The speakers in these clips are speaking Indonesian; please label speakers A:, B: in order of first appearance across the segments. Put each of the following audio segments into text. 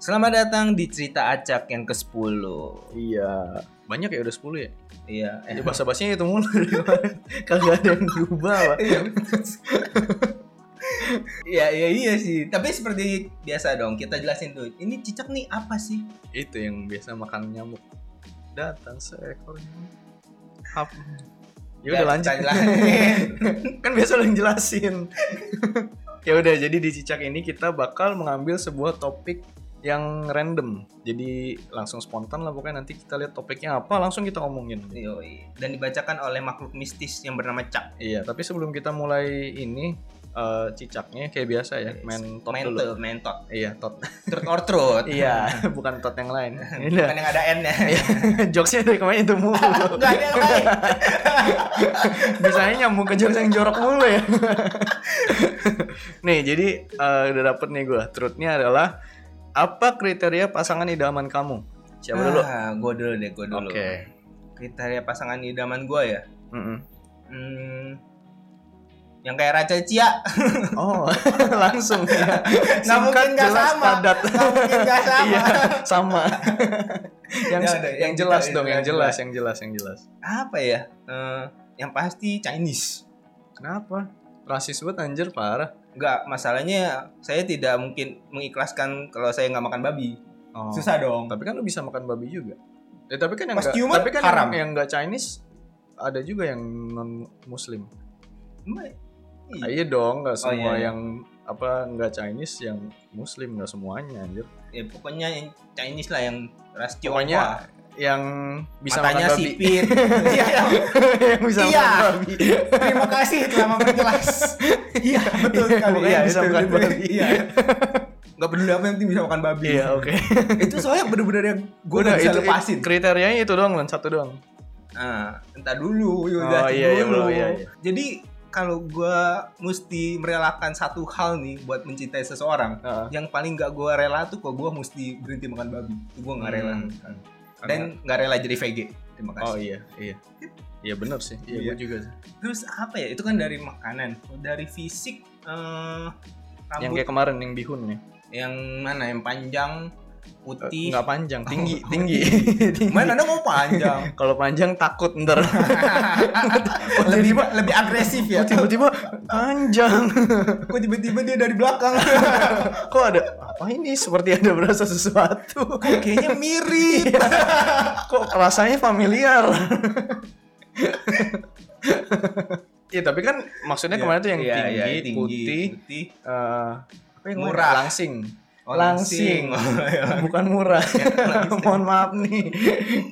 A: Selamat datang di cerita acak yang ke-10.
B: Iya.
C: Banyak ya udah 10 ya.
A: Iya.
C: Ya bahasa basinya itu mulu. dari kemarin. Kagak ada yang diubah, Pak.
A: Iya, iya iya sih. Tapi seperti biasa dong, kita jelasin tuh. Ini cicak nih apa sih?
C: Itu yang biasa makan nyamuk. Datang seekor nyamuk. Hap. Ya udah lanjut.
A: Iya, kita jelasin.
C: kan biasa lo yang jelasin ya udah jadi di cicak ini kita bakal mengambil sebuah topik yang random jadi langsung spontan lah pokoknya nanti kita lihat topiknya apa langsung kita omongin
A: Yoi. Dan dibacakan oleh makhluk mistis yang bernama Cak.
C: iya tapi sebelum kita mulai ini eh, cicaknya kayak biasa ya
A: Yes.
C: main tot dulu
A: Mental, mentot.
C: iya tot
A: Truth or truth.
C: iya bukan tot yang lain ini
A: Bukan yang ada N-nya.
C: jokesnya dari kemarin itu mulu
A: Enggak ada yang lain.
C: biasanya nyambung ke jokes yang jorok mulu ya nih jadi eh, udah dapet nih gue truthnya adalah apa kriteria pasangan idaman kamu siapa dulu
A: Ah, gua dulu deh, gua dulu.
C: oke
A: Kriteria pasangan idaman gua ya.
C: Mm-mm.
A: Hmm, yang kayak Raja Cia.
C: oh langsung ya
A: Nggak mungkin
C: Singkat,
A: nggak
C: jelas,
A: sama.
C: padat
A: Nggak mungkin nggak sama.
C: iya sama yang
A: Ya udah,
C: yang,
A: yang
C: jelas
A: kita-
C: dong yang
A: yang
C: jelas yang jelas yang jelas
A: Apa ya? Eh, yang pasti Chinese.
C: kenapa rasis banget anjir parah
A: Enggak, masalahnya saya tidak mungkin mengikhlaskan kalau saya nggak makan babi.
C: oh.
A: Susah dong.
C: tapi kan lu bisa makan babi juga Eh, tapi kan yang
A: Pas
C: nggak-
A: ciuman,
C: tapi kan
A: haram.
C: yang, yang nggak Chinese ada juga yang non muslim
A: Emang-
C: Ah,
A: Iya.
C: iya dong, nggak
A: Oh, iya,
C: semua
A: iya.
C: yang apa nggak Chinese yang Muslim nggak semuanya anjir.
A: Ya, pokoknya yang Chinese lah yang ras Tionghoa.
C: Pokoknya yang bisa
A: matanya
C: makan babi.
A: sipit. Iya, iya.
C: yang bisa
A: Iya.
C: makan babi.
A: Terima kasih telah memperjelas. Iya, betul
C: Iya,
A: sekali.
C: pokoknya
A: Iya,
C: bisa makan babi.
A: Iya. Enggak peduli apa yang penting bisa makan babi.
C: Iya oke.
A: itu soalnya bener-bener yang gue
C: Udah
A: udah bisa
C: itu eh,
A: lepasin.
C: kriterianya itu doang lan satu doang.
A: Ah, entar dulu, yuk,
C: Oh,
A: jelasin
C: iya, iya,
A: dulu.
C: belum, iya, iya.
A: Jadi kalau gue mesti merelakan satu hal nih buat mencintai seseorang,
C: Heeh.
A: yang paling gak gue rela tuh kok gue mesti berhenti makan babi. Itu gue nggak rela.
C: Hmm.
A: Dan nggak rela jadi VG. Terima kasih.
C: oh iya iya. Iya benar sih. Iya,
A: Iya.
C: gue juga sih.
A: Terus apa ya? Itu kan dari makanan, dari fisik, eh
C: Yang
A: rambut
C: kayak
A: yang,
C: kemarin yang bihun nih.
A: mana? Yang panjang, putih.
C: Enggak panjang, tinggi, tinggi. Tinggi.
A: Main anda mau panjang?
C: Kalau panjang takut ntar
A: lebih lebih agresif ya.
C: tiba-tiba panjang.
A: Kok tiba-tiba dia dari belakang?
C: Kok ada apa ini? Seperti ada berasa sesuatu.
A: Kok kayaknya mirip.
C: kok rasanya familiar Iya tapi kan maksudnya kemarin tuh yang
A: Iya,
C: tinggi,
A: iya,
C: putih,
A: putih.
C: eh, apa yang
A: Murah.
C: lain? langsing,
A: Oh,
C: Langsing. bukan murah. Mohon maaf nih,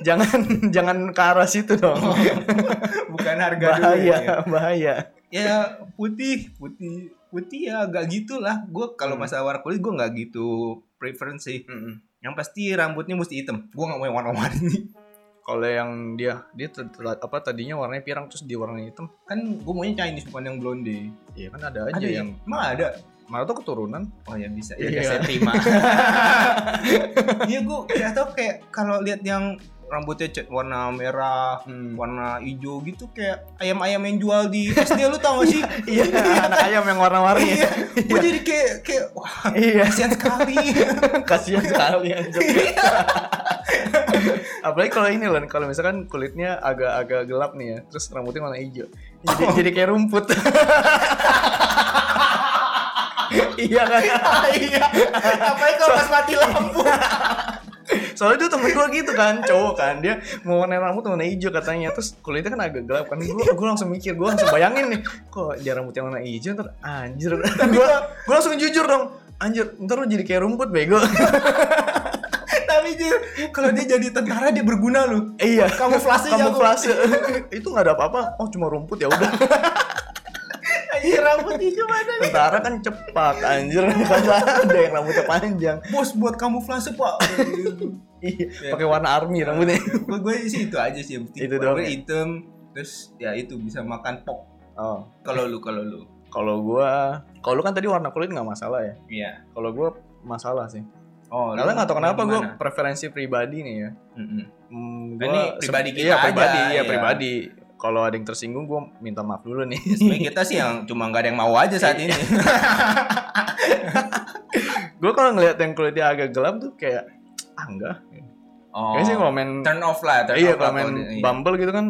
C: jangan jangan ke arah situ dong,
A: Bukan harga dulu ya.
C: bahaya bahaya.
A: Ya putih, putih, putih ya agak gitulah. Gue kalau
C: Hmm.
A: masalah warna kulit gue nggak gitu preference sih. Yang pasti rambutnya mesti hitam. Gue nggak mau yang warna-warni.
C: Kalau yang dia dia ter- ter- apa tadinya warnanya pirang terus diwarnai hitam,
A: Kan gue maunya Chinese bukan yang blonde.
C: iya kan ada aja
A: ada
C: yang
A: yang emang ada.
C: malah tuh keturunan.
A: Oh ya bisa. Ya
C: Iya.
A: udah, saya terima. Iya gue kayak tau kayak kalau lihat yang rambutnya cat warna merah,
C: hmm,
A: warna hijau gitu kayak ayam-ayam yang jual di SD lu tau gak sih?
C: Iya, anak ayam yang warna-warni.
A: Iya, gue jadi kayak kayak wah
C: Iya,
A: kasihan sekali.
C: kasihan sekali anjir. Apalagi kalau ini loh, kalau misalkan kulitnya agak-agak gelap nih ya, terus rambutnya warna hijau. Jadi, jadi kayak rumput. iya kan?
A: Iya, apalagi kalau pas mati lampu.
C: Soalnya itu temen gue gitu kan, cowok kan. Dia mau warna rambut warna hijau katanya. Terus kulitnya kan agak gelap kan. Gue gua langsung mikir, gue langsung bayangin nih. Kok dia rambutnya warna hijau ntar anjir. gue gua langsung jujur dong. Anjir, ntar lu jadi kayak rumput bego.
A: Tapi dia kalau dia jadi tentara dia berguna lu.
C: iya.
A: Kamuflase
C: kamuflase itu nggak ada apa-apa oh cuma rumput ya udah
A: Iya rambut hijau mana?
C: tentara kan cepat anjir kagak ada yang rambutnya panjang
A: Bos buat kamuflase pak.
C: iya pakai warna army rambutnya
A: gue gue sih itu aja sih yang penting.
C: Itu doang
A: Warna
C: ya?
A: hitam terus ya itu bisa makan pok.
C: oh
A: Kalau lu kalau lu.
C: kalau gua kalau lu kan tadi warna kulit nggak masalah ya
A: Iya.
C: kalau gua masalah sih
A: Oh,
C: karena nggak tau kenapa gua
A: gimana?
C: preferensi pribadi nih ya
A: Mm-mm.
C: Hmm,
A: Nah,
C: gua
A: ini
C: se-
A: pribadi kita
C: iya, pribadi
A: aja,
C: iya
A: iya.
C: pribadi kalau ada yang tersinggung gua minta maaf dulu nih
A: Ya, sebenarnya kita sih yang cuma nggak ada yang mau aja saat ini.
C: gue kalau ngeliat yang kulitnya agak gelap tuh kayak ah enggak
B: Oh.
C: kayaknya sih kalau main
A: Hmm.
B: turn off lah, turn
C: iya
B: off
C: kalau
B: lah
C: main
B: kalau- iya.
C: Bumble gitu kan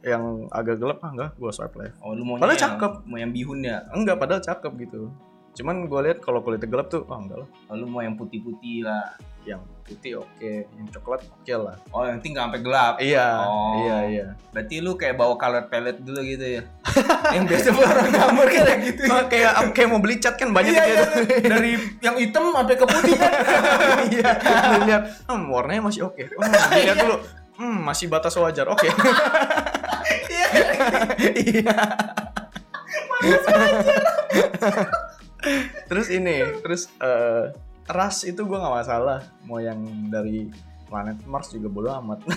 C: yang agak gelap ah enggak gue swipe left
A: Oh, lu mau
C: Padahal
A: yang,
C: cakep.
A: mau yang bihun ya?
C: enggak padahal cakep gitu cuman gue lihat kalau kulitnya gelap tuh ah enggak lah
A: Oh, lu mau yang putih-putih lah.
C: yang putih oke yang coklat oke lah
A: Oh, yang penting nggak sampai gelap.
C: iya
A: Oh.
C: iya iya
A: Berarti lu kayak bawa color palette dulu gitu ya. yang biasa buat orang gambar kayak gitu.
C: Wah, kayak kayak mau beli cat kan banyak
A: Iya,
C: kayak
A: iya,
C: gitu.
A: Dari yang hitam sampai ke putih kan.
C: iya lu lihat hmm, warnanya masih oke oh, dilihat dulu hmm, masih batas wajar oke iya terus ini terus eh, ras itu gue nggak masalah mau yang dari planet Mars juga bodo amat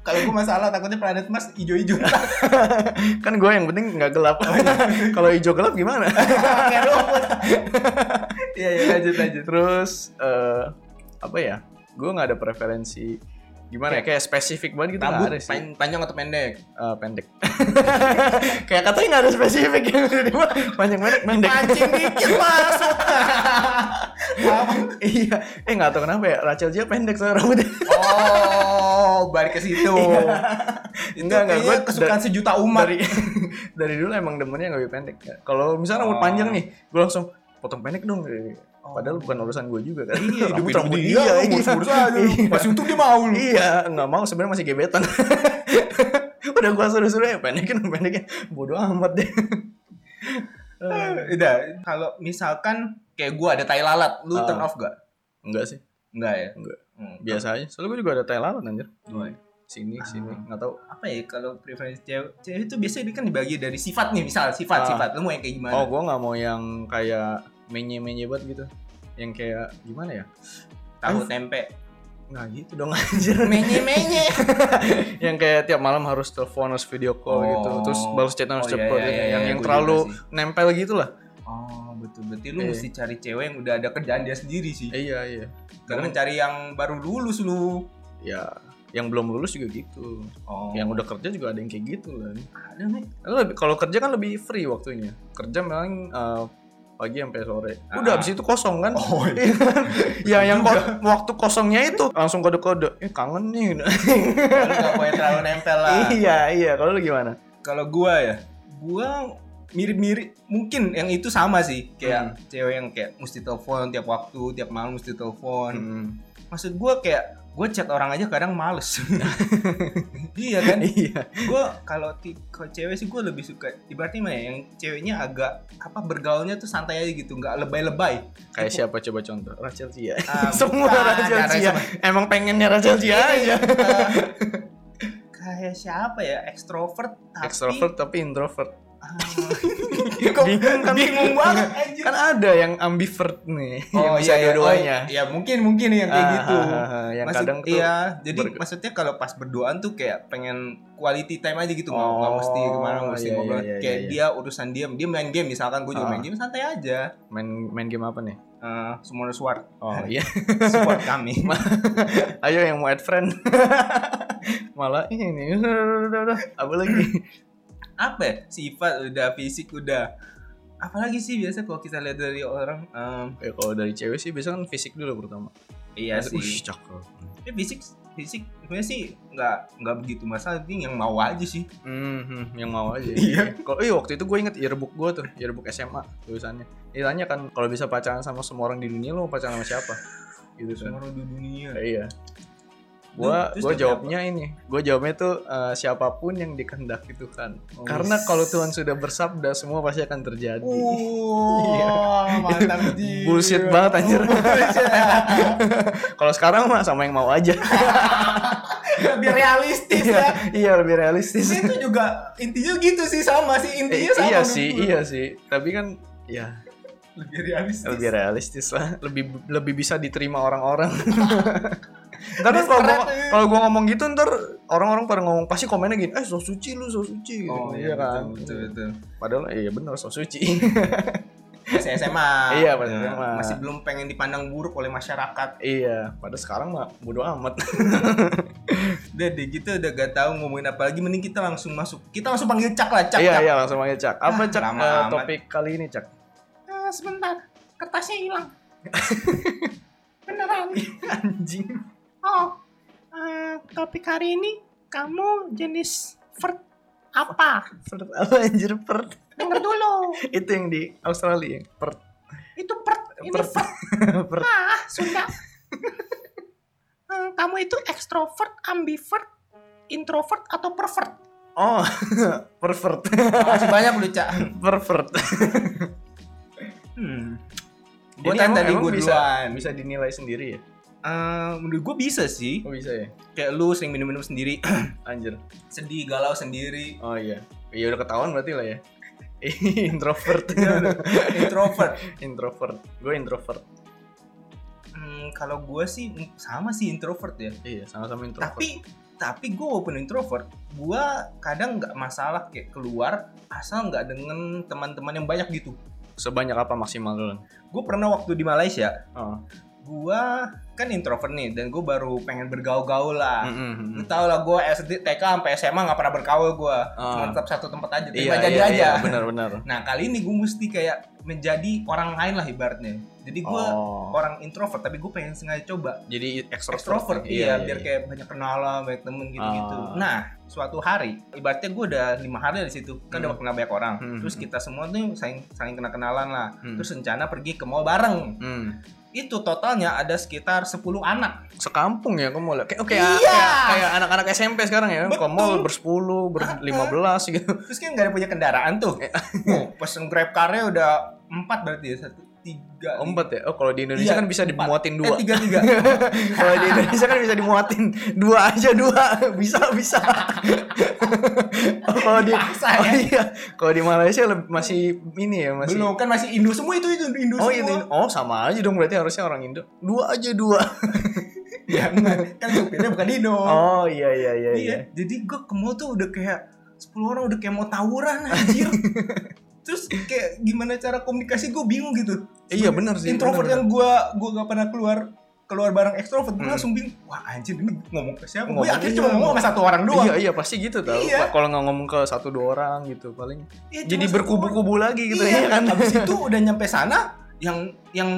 A: Kalau gua masalah takutnya planet Mars ijo-ijo.
C: kan gue yang penting nggak gelap kalau hijau gelap gimana
A: Kayak robot.
C: iya iya lanjut lanjut terus eh, apa ya gue nggak ada preferensi gimana ya kayak spesifik banget gitu nggak
A: Rambut
C: ada sih.
A: pan- panjang atau pendek?
C: Eh, pendek. Kayak katanya nggak ada spesifik yang tiba panjang pendek pendek.
A: Pancing dikit masuk.
C: iya, eh nggak tahu kenapa ya Rachel Chia pendek soalnya rambutnya.
A: Oh, balik ke situ.
C: Enggak, enggak,
A: Kayaknya
C: gua
A: kesukaan
C: da-
A: sejuta umat.
C: dari dari dulu emang demennya nggak lebih pendek. Kalau misalnya rambut
A: Oh.
C: panjang nih, gue langsung potong pendek dong. Padahal bukan urusan gue juga kan.
A: Iya,
C: Rambut-
A: rambut rambut
C: rambut
A: dia,
C: iya,
A: ngurus ngurus aja. lu.
C: Iya.
A: Masih untung dia mau lu.
C: Iya, nggak mau sebenarnya masih gebetan. Udah gua suruh-suruh ya pendekin pendekin. Bodoh amat deh. Eh,
A: Udah, kalau misalkan kayak gua ada tai lalat, lu
C: Ah.
A: turn off gak?
C: Enggak sih,
A: Enggak ya?
C: Enggak.
A: Hmm.
C: biasa aja. Soalnya gue juga ada tai lalat anjir.
A: Gua-
C: Sini, sini,
A: Oh, iya. Ah.
C: nggak tahu.
A: Apa ya kalau preferensi cewek? Cewek itu biasanya dia kan dibagi dari sifat nih, misal sifat,
C: Ah.
A: sifat. Lu mau yang kayak gimana?
C: Oh, gue nggak mau yang kayak menye-menye banget gitu. Yang kayak gimana ya?
A: Tahu tempe.
C: Nggak gitu dong anjir.
A: Menye-menye.
C: yang kayak tiap malam harus telepon, harus video call
A: Oh.
C: gitu. Terus balas chat harus
A: Oh,
C: chat
A: iya,
C: call
A: iya,
C: gitu.
A: iya,
C: yang
A: iya,
C: yang
A: gua
C: terlalu
A: juga sih.
C: nempel gitu lah.
A: Oh, betul. Berarti lu
C: Iya.
A: mesti cari cewek yang udah ada kerjaan dia sendiri sih.
C: Iya, iya.
A: Jangan cari yang baru lulus lu.
C: Ya, yang belum lulus juga gitu.
A: Oh.
C: Yang udah kerja juga ada yang kayak gitu lah.
A: ada nih.
C: Lu lebih- kalau kerja kan lebih free waktunya. Kerja paling eh, pagi sampai sore.
A: Ah.
C: Udah habis itu kosong kan?
A: Oh, iya.
C: Iya kan? ya yang ko- waktu kosongnya itu langsung kode-kode. Eh kangen nih.
A: Lu gak boleh terlalu nempel lah.
C: iya iya kalau lu gimana
A: kalau gua ya gua mirip-mirip mungkin yang itu sama sih
C: Hmm.
A: kayak cewek yang kayak mesti telepon tiap waktu tiap malam mesti
C: Hmm.
A: telepon maksud gua kayak gue chat orang aja kadang males iya kan
C: iya
A: gua kalau ti- kalau cewek sih gua lebih suka ibaratnya mah ya, yang ceweknya agak apa bergaulnya tuh santai aja gitu nggak lebay-lebay
C: kayak siapa coba contoh Rachel Chia
A: Ah,
C: semua
A: bukan,
C: Rachel
A: ada
C: Chia
A: semua.
C: emang pengennya Rachel Chia aja
A: Eh, kayak siapa ya ekstrovert tapi
C: extrovert tapi introvert
A: Ah,
C: Kok bingung kan
A: bingung banget anjir.
C: kan ada yang ambivert nih yang
A: iya,
C: bisa dua-duanya
A: oh, ya mungkin mungkin yang kayak
C: Ah,
A: gitu.
C: ah, ah, yang
A: Maksud-
C: kadang tuh
A: iya, jadi
C: berge-
A: maksudnya kalau pas berduaan tuh kayak pengen quality time aja gitu, nggak
C: Oh,
A: nggak mesti kemana nggak mesti
C: iya,
A: ngobrol.
C: iya, iya,
A: kayak
C: iya.
A: dia urusan dia, dia main game misalkan gue juga
C: Ah.
A: main game santai aja.
C: main main game apa nih
A: Eh, semua support,
C: oh iya
A: support kami.
C: ayo yang mau add friend malah ini udah, udah, udah. apa lagi
A: Apa? ya? Sifat udah, fisik udah. Apalagi sih biasa kalau kita lihat dari orang, em,
C: Eh, kalau dari cewek sih biasanya kan fisik dulu pertama
A: iya
C: Terus,
A: sih.
C: "Ush, cakep
A: Tapi fisik fisik sebenarnya sih nggak nggak begitu masalah, penting yang mau aja sih.
C: Mhm, yang mau aja.
A: Iya.
C: Kalau iya waktu itu gue inget yearbook gue tuh, yearbook SMA tulisannya. Ditanya kan kalau bisa pacaran sama semua orang di dunia lo mau pacaran sama siapa? Gitu kan.
A: Semua orang di dunia.
C: Eh, iya. Gua
A: Nah, Terus
C: gua
A: jawabnya
C: jawabnya ini. Gue jawabnya tuh eh, siapapun yang dikehendaki Tuhan.
A: Oh,
C: Karena kalau Tuhan sudah bersabda semua pasti akan terjadi.
A: Oh. Wah, mantap sih.
C: Iya. Bullshit banget, anjir.
A: Bullshit.
C: Kalau sekarang mah sama yang mau aja.
A: Lebih realistis ya.
C: iya, lebih realistis.
A: Itu juga intinya gitu sih sama sih
C: Eh,
A: intinya sama.
C: iya
A: menurut
C: sih,
A: gua.
C: iya sih. Tapi kan ya
A: Lebih realistis.
C: lebih realistis lah Gitu. lebih lebih bisa diterima orang-orang ntar kan
A: Ini
C: kalau gua,
A: seret nih.
C: kalau gua ngomong gitu ntar orang-orang pada ngomong pasti komennya gini eh so suci lu so suci gitu.
A: Oh iya kan. Betul betul.
C: padahal iya bener so suci
A: Masih SMA.
C: Iya, masih
A: Nah,
C: SMA.
A: Masih belum pengen dipandang buruk oleh masyarakat.
C: iya padahal sekarang mah bodo amat
A: Udah deh gitu udah gak tahu ngomongin apa lagi mending kita langsung masuk. Kita langsung panggil Cak lah, Cak.
C: iya
A: Cak.
C: iya langsung aja cak apa
A: Ah,
C: cak
A: lama
C: eh,
A: amat.
C: topik kali ini cak
A: Ah, sebentar. kertasnya hilang beneran
C: anjing
A: oh eh, topik hari ini kamu jenis vert apa
C: Perth apa anjir Perth
A: denger dulu
C: itu yang di Australia ya? Perth
A: itu vert ini
C: Vert.
A: vert
C: Perth
A: ah Sunda Eh, kamu itu ekstrovert ambivert introvert atau pervert
C: oh pervert
A: masih banyak lu cak
C: pervert
A: hmm.
C: Ini
A: gue tanya
C: emang-
A: tadi
C: emang
A: gue
C: bisa
A: duluan
C: bisa dinilai sendiri ya
A: Eh, menurut gue bisa sih
C: oh bisa ya
A: kayak lu sering minum-minum sendiri
C: anjir
A: sedih galau sendiri
C: oh iya ya udah ketahuan berarti lah ya introvert
A: Iya, Ya introvert
C: introvert gue introvert
A: Hmm, kalau gue sih mm, sama sih introvert ya.
C: iya sama-sama introvert
A: Tapi tapi gue walaupun introvert, gue kadang nggak masalah kayak keluar asal nggak dengan teman-teman yang banyak gitu.
C: sebanyak apa maksimal lu
A: Gue pernah waktu di Malaysia,
C: oh
A: gue kan introvert nih dan gue baru pengen bergaul-gaul lah.
C: Mm-mm, mm-mm.
A: Lu tau lah gue SD, TK sampai SMA nggak pernah bergaul gue.
C: Ah.
A: Cuma tetap satu tempat aja,
C: iya
A: terima jadi
C: iya,
A: aja.
C: iya benar-benar
A: Nah kali ini gue mesti kayak menjadi orang lain lah ibaratnya. Jadi gue
C: oh
A: orang introvert tapi gue pengen sengaja coba
C: jadi ekstrovert
A: ekstrovert iya, biar kayak banyak kenalan banyak temen gitu-gitu
C: Ah.
A: nah suatu hari ibaratnya gue udah lima hari di situ kan udah
C: Hmm.
A: kenal banyak orang
C: Hmm.
A: terus kita semua tuh saling saling kena kenalan lah
C: Hmm.
A: terus rencana pergi ke mall bareng
C: Hmm.
A: itu totalnya ada sekitar 10 anak
C: sekampung ya ke mall ya? kayak oke
A: Iya.
C: kayak kayak anak-anak SMP sekarang ya ke
A: Betul.
C: mall bersepuluh berlima belas gitu
A: terus kan gak ada punya kendaraan tuh
C: Eh.
A: oh, pesen grab car-nya udah empat berarti ya satu tiga
C: Oh,
A: lima.
C: empat ya oh kalau di
A: Iya,
C: Indonesia kan bisa
A: empat.
C: dimuatin
A: eh
C: dua
A: tiga tiga
C: kalau di Indonesia kan bisa dimuatin dua aja dua bisa bisa Oh, kalau di
A: Dipaksa,
C: oh,
A: ya?
C: iya kalau di Malaysia lebih- masih ini ya masih
A: belum kan masih Indo semua itu itu Indo
C: oh iya
A: semua
C: iya. oh sama aja dong berarti harusnya orang Indo dua aja dua
A: jangan kan supirnya bukan Indo
C: Iya. oh iya iya iya
A: Iya.
C: iya
A: Jadi gue ke mall tuh udah kayak 10 orang udah kayak mau tawuran anjir. Terus kayak gimana cara komunikasi gue bingung gitu.
C: iya benar sih
A: Introvert
C: benar,
A: yang gue gua gak pernah keluar keluar bareng ekstrovert gue
C: Hmm.
A: langsung bingung. Wah anjir ini ngomong ke siapa? Gue
C: Ngomong
A: akhirnya
C: iya,
A: cuma ngomong sama satu orang
C: benar.
A: doang.
C: iya iya pasti gitu tau
A: Iya.
C: kalau nggak ngomong ke satu dua orang gitu paling
A: Iya, cuma
C: jadi
A: satu orang.
C: berkubu-kubu lagi gitu
A: iya,
C: ya kan
A: Habis itu udah nyampe sana yang yang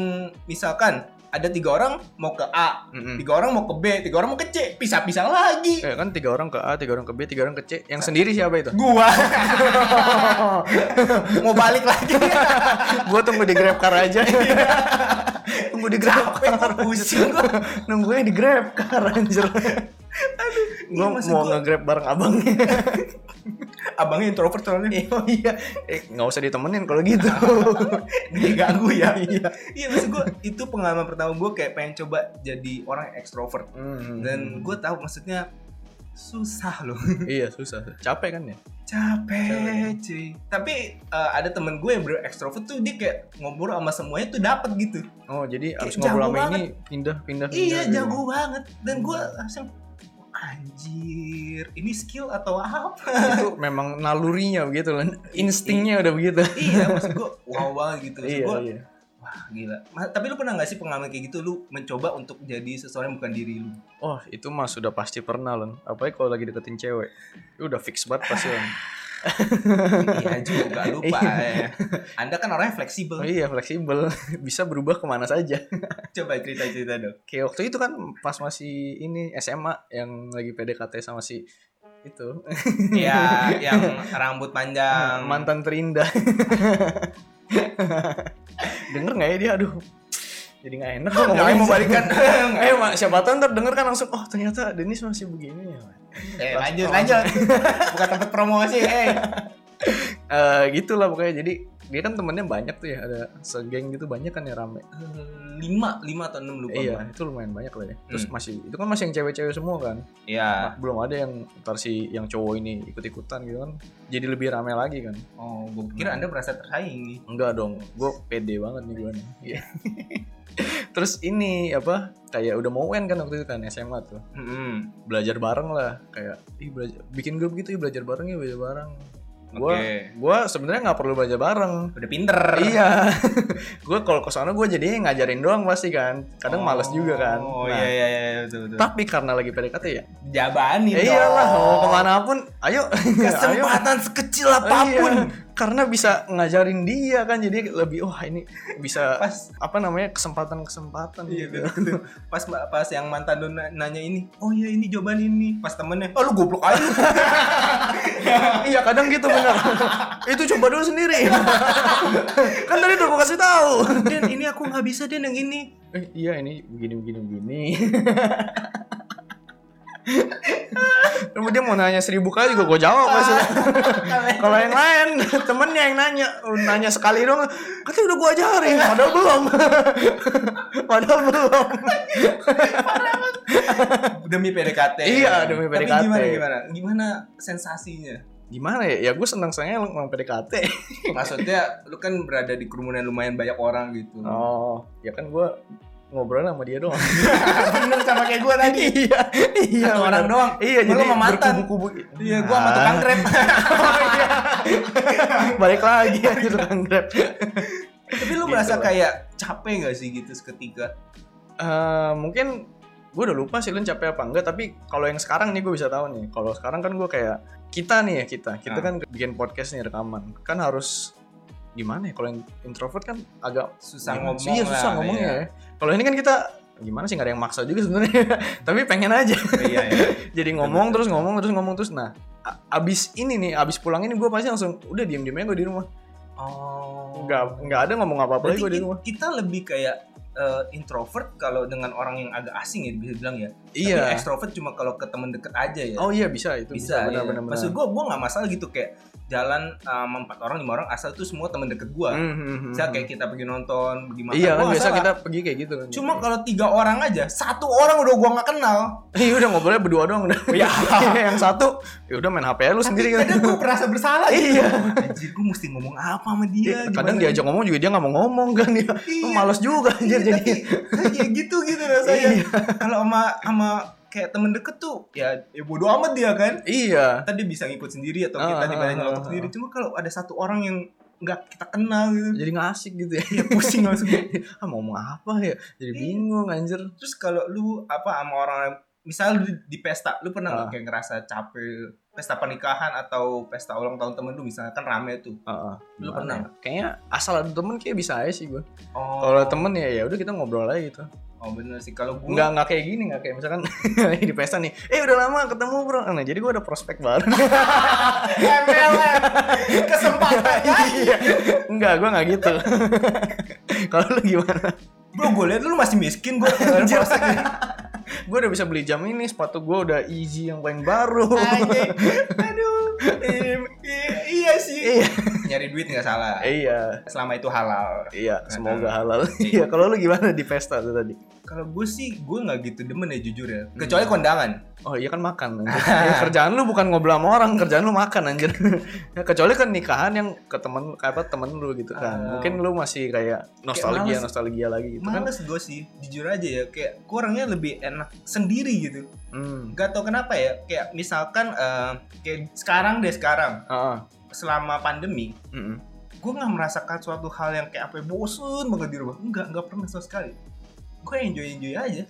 A: misalkan ada tiga orang mau ke A,
C: Mm-mm.
A: tiga orang mau ke B, tiga orang mau ke C, pisah-pisah lagi.
C: Hmm. Eh, kan tiga orang ke A, tiga orang ke B, tiga orang ke C. Yang sendiri siapa itu?
A: Gua mau balik lagi.
C: gua tunggu di Grab Car aja. tunggu di Grab
A: Capek, gua
C: Car.
A: pusing gua.
C: Nungguin di Grab Car anjir.
A: iya,
C: gua
A: maksud
C: mau
A: gua-
C: nge-grab bareng abangnya.
A: abangnya introvert soalnya
C: Eh, oh iya. Eh, nggak usah ditemenin kalau gitu.
A: dia ganggu ya iya iya maksud gue itu pengalaman pertama gue kayak pengen coba jadi orang ekstrovert
C: Hmm.
A: dan gue tahu maksudnya susah loh
C: iya susah. Capek kan ya?
A: capek cuy tapi eh, ada temen gue yang bener ekstrovert tuh dia kayak ngobrol sama semuanya tuh dapat gitu
C: Oh, jadi
A: Kayak
C: harus ngobrol
A: jago
C: sama ini pindah pindah pindah.
A: iya
C: gitu.
A: jago banget dan gue langsung anjir ini skill atau apa
C: Itu memang nalurinya begitu loh. Instingnya udah begitu.
A: iya maksud gue wow banget gitu maksud
C: Iya,
A: gue
C: iya.
A: wah gila Ma- tapi lu pernah gak sih pengalaman kayak gitu lu mencoba untuk jadi seseorang yang bukan diri lu
C: Wah Oh, itu mah sudah pasti pernah loh. Apalagi kalau lagi deketin cewek, itu udah fix banget pasti Len.
A: Iya juga lupa. eh.
C: Iya.
A: Anda kan orangnya fleksibel.
C: Oh iya fleksibel, bisa berubah kemana saja.
A: Coba cerita-cerita dong.
C: Kayak waktu itu kan pas masih ini SMA yang lagi PDKT sama si itu
A: Iya, yang rambut panjang.
C: mantan terindah. denger nggak ya dia? Aduh, jadi nggak enak. kok
A: Jangan
C: ngomongin.
A: mau balikan.
C: Eh mak siapa tahu ntar denger kan langsung, oh ternyata Denis masih begini ya. Mak."
A: eh, lanjut, lanjut. Bukan tempat promosi, eh.
C: Eh gitulah pokoknya. Jadi dia kan temennya banyak tuh ya, ada segeng gitu banyak kan ya rame.
A: Lima, lima atau enam lupa.
C: Iya,
A: gua.
C: itu lumayan banyak lah ya. Terus
A: Hmm.
C: masih itu kan masih yang cewek-cewek semua kan.
A: Iya.
C: Nah, belum ada yang ntar si yang cowok ini ikut-ikutan gitu kan. Jadi lebih rame lagi kan.
A: Oh, gue pikir Anda merasa tersaingi.
C: Enggak dong, gue pede banget nih gue nih. Iya. Terus ini apa kayak udah mau UN kan waktu itu kan SMA tuh. Hmm.
A: Mm-mm.
C: Belajar bareng lah kayak ih belajar bikin grup gitu ya belajar bareng ya belajar bareng. Gua
A: Oke.
C: gua sebenarnya nggak perlu belajar bareng.
A: Udah pinter.
C: iya. gue kalau ke sana gue jadi ngajarin doang pasti kan. Kadang males juga kan.
A: Oh,
C: Nah,
A: iya, iya, iya, betul, betul.
C: Tapi karena lagi PDKT ya,
A: Jabanin
C: Iya
A: dong.
C: iyalah mau kemana pun ya? ayo ayo.
A: Kesempatan sekecil apapun.
C: Iya. karena bisa ngajarin dia kan jadi lebih wah ini bisa
A: pas
C: apa namanya kesempatan kesempatan
A: iya betul. pas pas yang mantan lu na- nanya ini oh iya ini jawaban ini pas temennya oh lu goblok aja
C: iya kadang gitu benar itu coba dulu sendiri kan tadi udah gue kasih tahu
A: Den ini aku nggak bisa Den yang ini
C: Eh, iya ini begini begini begini Lalu dia mau nanya seribu kali juga gue jawab maksudnya. Kalau yang lain temennya yang nanya, nanya sekali dong, katanya udah gue ajarin, padahal belum, padahal belum.
A: demi PDKT
C: Iya, demi PDKT.
A: tapi gimana gimana gimana sensasinya
C: Gimana ya? Ya gue senang senangnya emang PDKT.
A: maksudnya lu kan berada di kerumunan lumayan banyak orang gitu
C: Oh, ya kan gue ngobrol sama dia doang.
A: bener sama kayak gue tadi
C: iya, iya.
A: Satu orang
C: benar.
A: doang.
C: Iya,
A: Lu
C: jadi
A: sama mantan.
C: berkubu-kubu.
A: iya gue sama tukang
C: Ah,
A: grab
C: iya. Balik lagi aja tukang grab.
A: tapi lu
C: Gitu
A: merasa
C: lah.
A: kayak capek gak sih gitu seketika
C: Eh, mungkin gue udah lupa sih Lin capek apa enggak tapi kalau yang sekarang nih gue bisa tahu nih kalau sekarang kan gue kayak kita nih ya kita kita
A: Ah.
C: kan bikin podcast nih rekaman kan harus gimana ya kalau yang introvert kan agak
A: susah
C: gimana
A: ngomong
C: sih? iya, susah
A: lah,
C: ngomongnya ya kalau ini kan kita gimana sih nggak ada yang maksa juga sebenarnya tapi pengen aja
A: iya iya
C: jadi ngomong terus ngomong terus ngomong terus nah a- abis ini nih abis pulang ini gue pasti langsung udah diem diem aja gue di rumah
A: oh
C: nggak nggak ada ngomong apa apa
A: Berarti
C: gue di
A: ki-
C: rumah
A: kita lebih kayak eh, introvert kalau dengan orang yang agak asing ya bisa bilang ya. Tapi
C: iya
A: extrovert cuma kalau ke teman dekat aja ya.
C: oh iya bisa itu
A: bisa,
C: benar
A: ya.
C: benar benar
A: Maksud gue, gue nggak masalah gitu kayak jalan eh, sama empat orang lima orang asal itu semua teman deket gue.
C: Hmm, hmm, hmm,
A: Bisa
C: hmm.
A: kayak kita pergi nonton, pergi makan.
C: Iya
A: gua
C: kan
A: nggak
C: biasa
A: salah.
C: kita pergi kayak gitu kan.
A: Cuma kalau tiga orang aja, satu orang udah gue nggak kenal.
C: iya udah ngobrolnya berdua doang udah. Iya. yang satu ya udah main HP aja lu sendiri kan.
A: Kadang gue merasa bersalah. gitu.
C: Iya.
A: Anjir, gue mesti ngomong apa sama dia?
C: Kadang
A: Iya, gimana? ya?
C: diajak ngomong juga dia nggak mau ngomong kan dia.
A: Iya.
C: Males juga
A: Iya,
C: anjir Iya. jadi.
A: tapi kayak gitu gitu rasanya. Kalau sama sama kayak temen deket tuh ya, ya bodo amat dia kan.
C: Iya.
A: Tadi bisa ngikut sendiri atau
C: Ah,
A: kita dibanding
C: ah,
A: nyelotok
C: ah,
A: sendiri. Cuma kalau ada satu orang yang nggak kita kenal gitu,
C: Jadi nggak asik gitu ya.
A: ya pusing langsung.
C: ah, mau ngomong apa ya? Jadi
A: Iya.
C: bingung anjir.
A: Terus kalau lu apa sama orang misal lu di pesta, lu pernah nggak
C: Ah.
A: kayak ngerasa capek pesta pernikahan atau pesta ulang tahun temen lu misalnya kan rame tuh.
C: Heeh.
A: Lu
C: Gimana
A: pernah Nah.
C: ya? Kayaknya asal ada temen kayak bisa aja sih gua.
A: Oh,
C: Kalau ada temen ya ya udah kita ngobrol aja gitu.
A: oh bener sih kalau gua
C: Nggak nggak kayak gini nggak kayak misalkan di pesta nih. Eh udah lama ketemu bro. Nah jadi gua ada prospek baru.
A: MLM kesempatan
C: Iya. Enggak, gua enggak gitu. Kalau lu gimana?
A: Bro, gue liat lu masih miskin gue. Anjir,
C: Gua udah bisa beli jam ini, sepatu gua udah easy yang paling baru.
A: Anjing. Aduh. Im- i- iya sih.
C: iya.
A: Nyari duit nggak salah.
C: Iya.
A: Selama itu halal.
C: Iya, semoga halal. Iya, kalau lu gimana di pesta tuh tadi?
A: Kalau gue sih, gue nggak gitu demen ya jujur ya. Kecuali kondangan.
C: Oh iya kan makan anjir. Ya, kerjaan lu bukan ngobrol sama orang, kerjaan lu makan anjir. Ya, kecuali kan nikahan yang ke temen kayak apa temen lu gitu kan.
A: Ah.
C: Mungkin lu masih kayak nostalgia,
A: males.
C: nostalgia lagi gitu kan.
A: Males gue sih, jujur aja ya. Kayak gue orangnya lebih enak sendiri gitu.
C: Hmm.
A: Gak tau kenapa ya. Kayak misalkan, eh, kayak sekarang deh sekarang.
C: Heeh.
A: Selama pandemi,
C: Mm-mm.
A: gue nggak merasakan suatu hal yang kayak apa ya, bosen banget di rumah. Enggak, nggak pernah sama sekali. Gue enjoy-enjoy aja.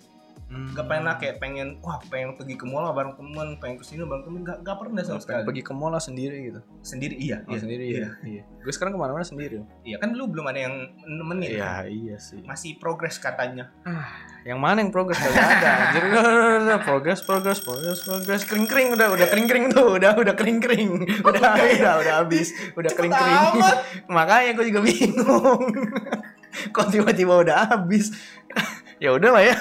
C: Hmm.
A: Gak pernah kayak pengen wah pengen pergi ke mall lah bareng temen pengen kesini bareng temen gak, gak pernah sama
C: Pengen
A: sekali
C: pergi ke mall lah sendiri gitu.
A: sendiri iya
C: Oh,
A: iya.
C: sendiri ya. Iya. Gue sekarang kemana-mana sendiri.
A: iya kan lu belum ada yang nemenin
C: Iya, iya sih.
A: masih progres katanya
C: Yang mana yang progres kagak ada? Anjir, udah, udah, udah, udah, progres, progres, progres, progres, kering kering udah, udah kering kering tuh, udah, udah kering kering, udah, udah, udah habis,
A: Oh,
C: udah
A: Cepet
C: kering kering.
A: amat.
C: Makanya gue juga bingung. Kok tiba-tiba udah habis? ya udah lah ya.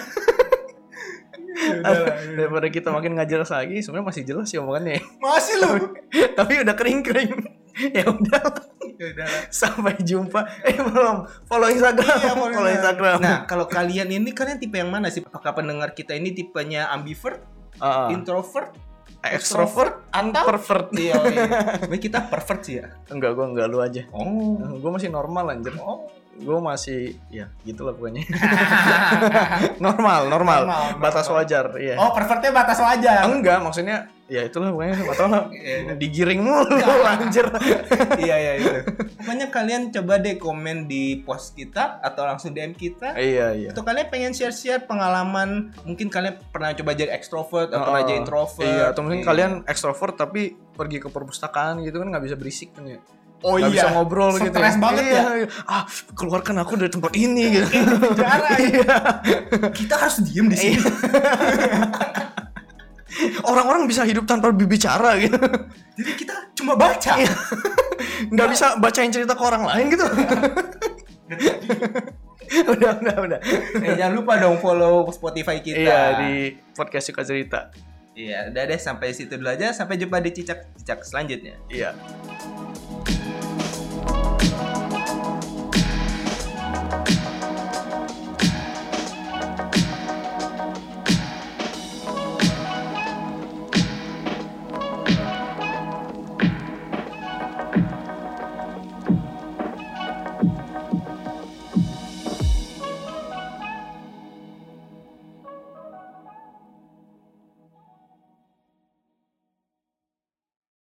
C: Iya,
A: iya.
C: Daripada kita makin nggak jelas lagi, sebenarnya masih jelas sih omongannya.
A: masih lu
C: Tapi udah kering kering. ya udah, lah.
A: Ya udah lah.
C: sampai jumpa. Eh belum, follow Instagram,
A: Iya, follow
C: follow Instagram.
A: nah kalau kalian ini kalian tipe yang mana sih apakah pendengar kita ini tipenya ambivert
C: Ah,
A: introvert
C: extrovert, pervert.
A: iya iya Sebenarnya kita pervert sih ya
C: Enggak, gue enggak lu aja.
A: oh
C: Gue Eh, masih normal anjir. Gue masih ya gitulah pokoknya. normal, normal,
A: Normal,
C: Batas
A: normal.
C: wajar, iya.
A: oh pervertnya batas wajar
C: Enggak, maksudnya ya itulah pokoknya siapa tahu lah.
A: Iya.
C: Digiring mulu anjir.
A: iya iya itu pokoknya kalian coba deh komen di post kita atau langsung DM kita
C: iya, iya.
A: atau Gitu, kalian pengen share-share pengalaman mungkin kalian pernah coba jadi extrovert atau
C: Oh,
A: pernah jadi introvert
C: Iya, atau mungkin
A: Iya.
C: kalian ekstrovert tapi pergi ke perpustakaan gitu kan nggak bisa berisik kan ya.
A: Oh
C: nggak
A: iya.
C: bisa ngobrol gitu
A: Stres banget
C: Iya,
A: ya.
C: iya. ah keluarkan aku dari tempat ini gitu
A: Jarang.
C: Iya.
A: Kita harus diem di sini.
C: orang-orang bisa hidup tanpa berbicara gitu
A: Jadi kita cuma baca.
C: Iya. nggak bisa bacain cerita ke orang lain gitu udah udah udah
A: Eh, jangan lupa dong follow Spotify kita.
C: iya di podcast suka cerita
A: Iya, udah deh sampai situ dulu aja. Sampai jumpa di cicak-cicak selanjutnya.
C: iya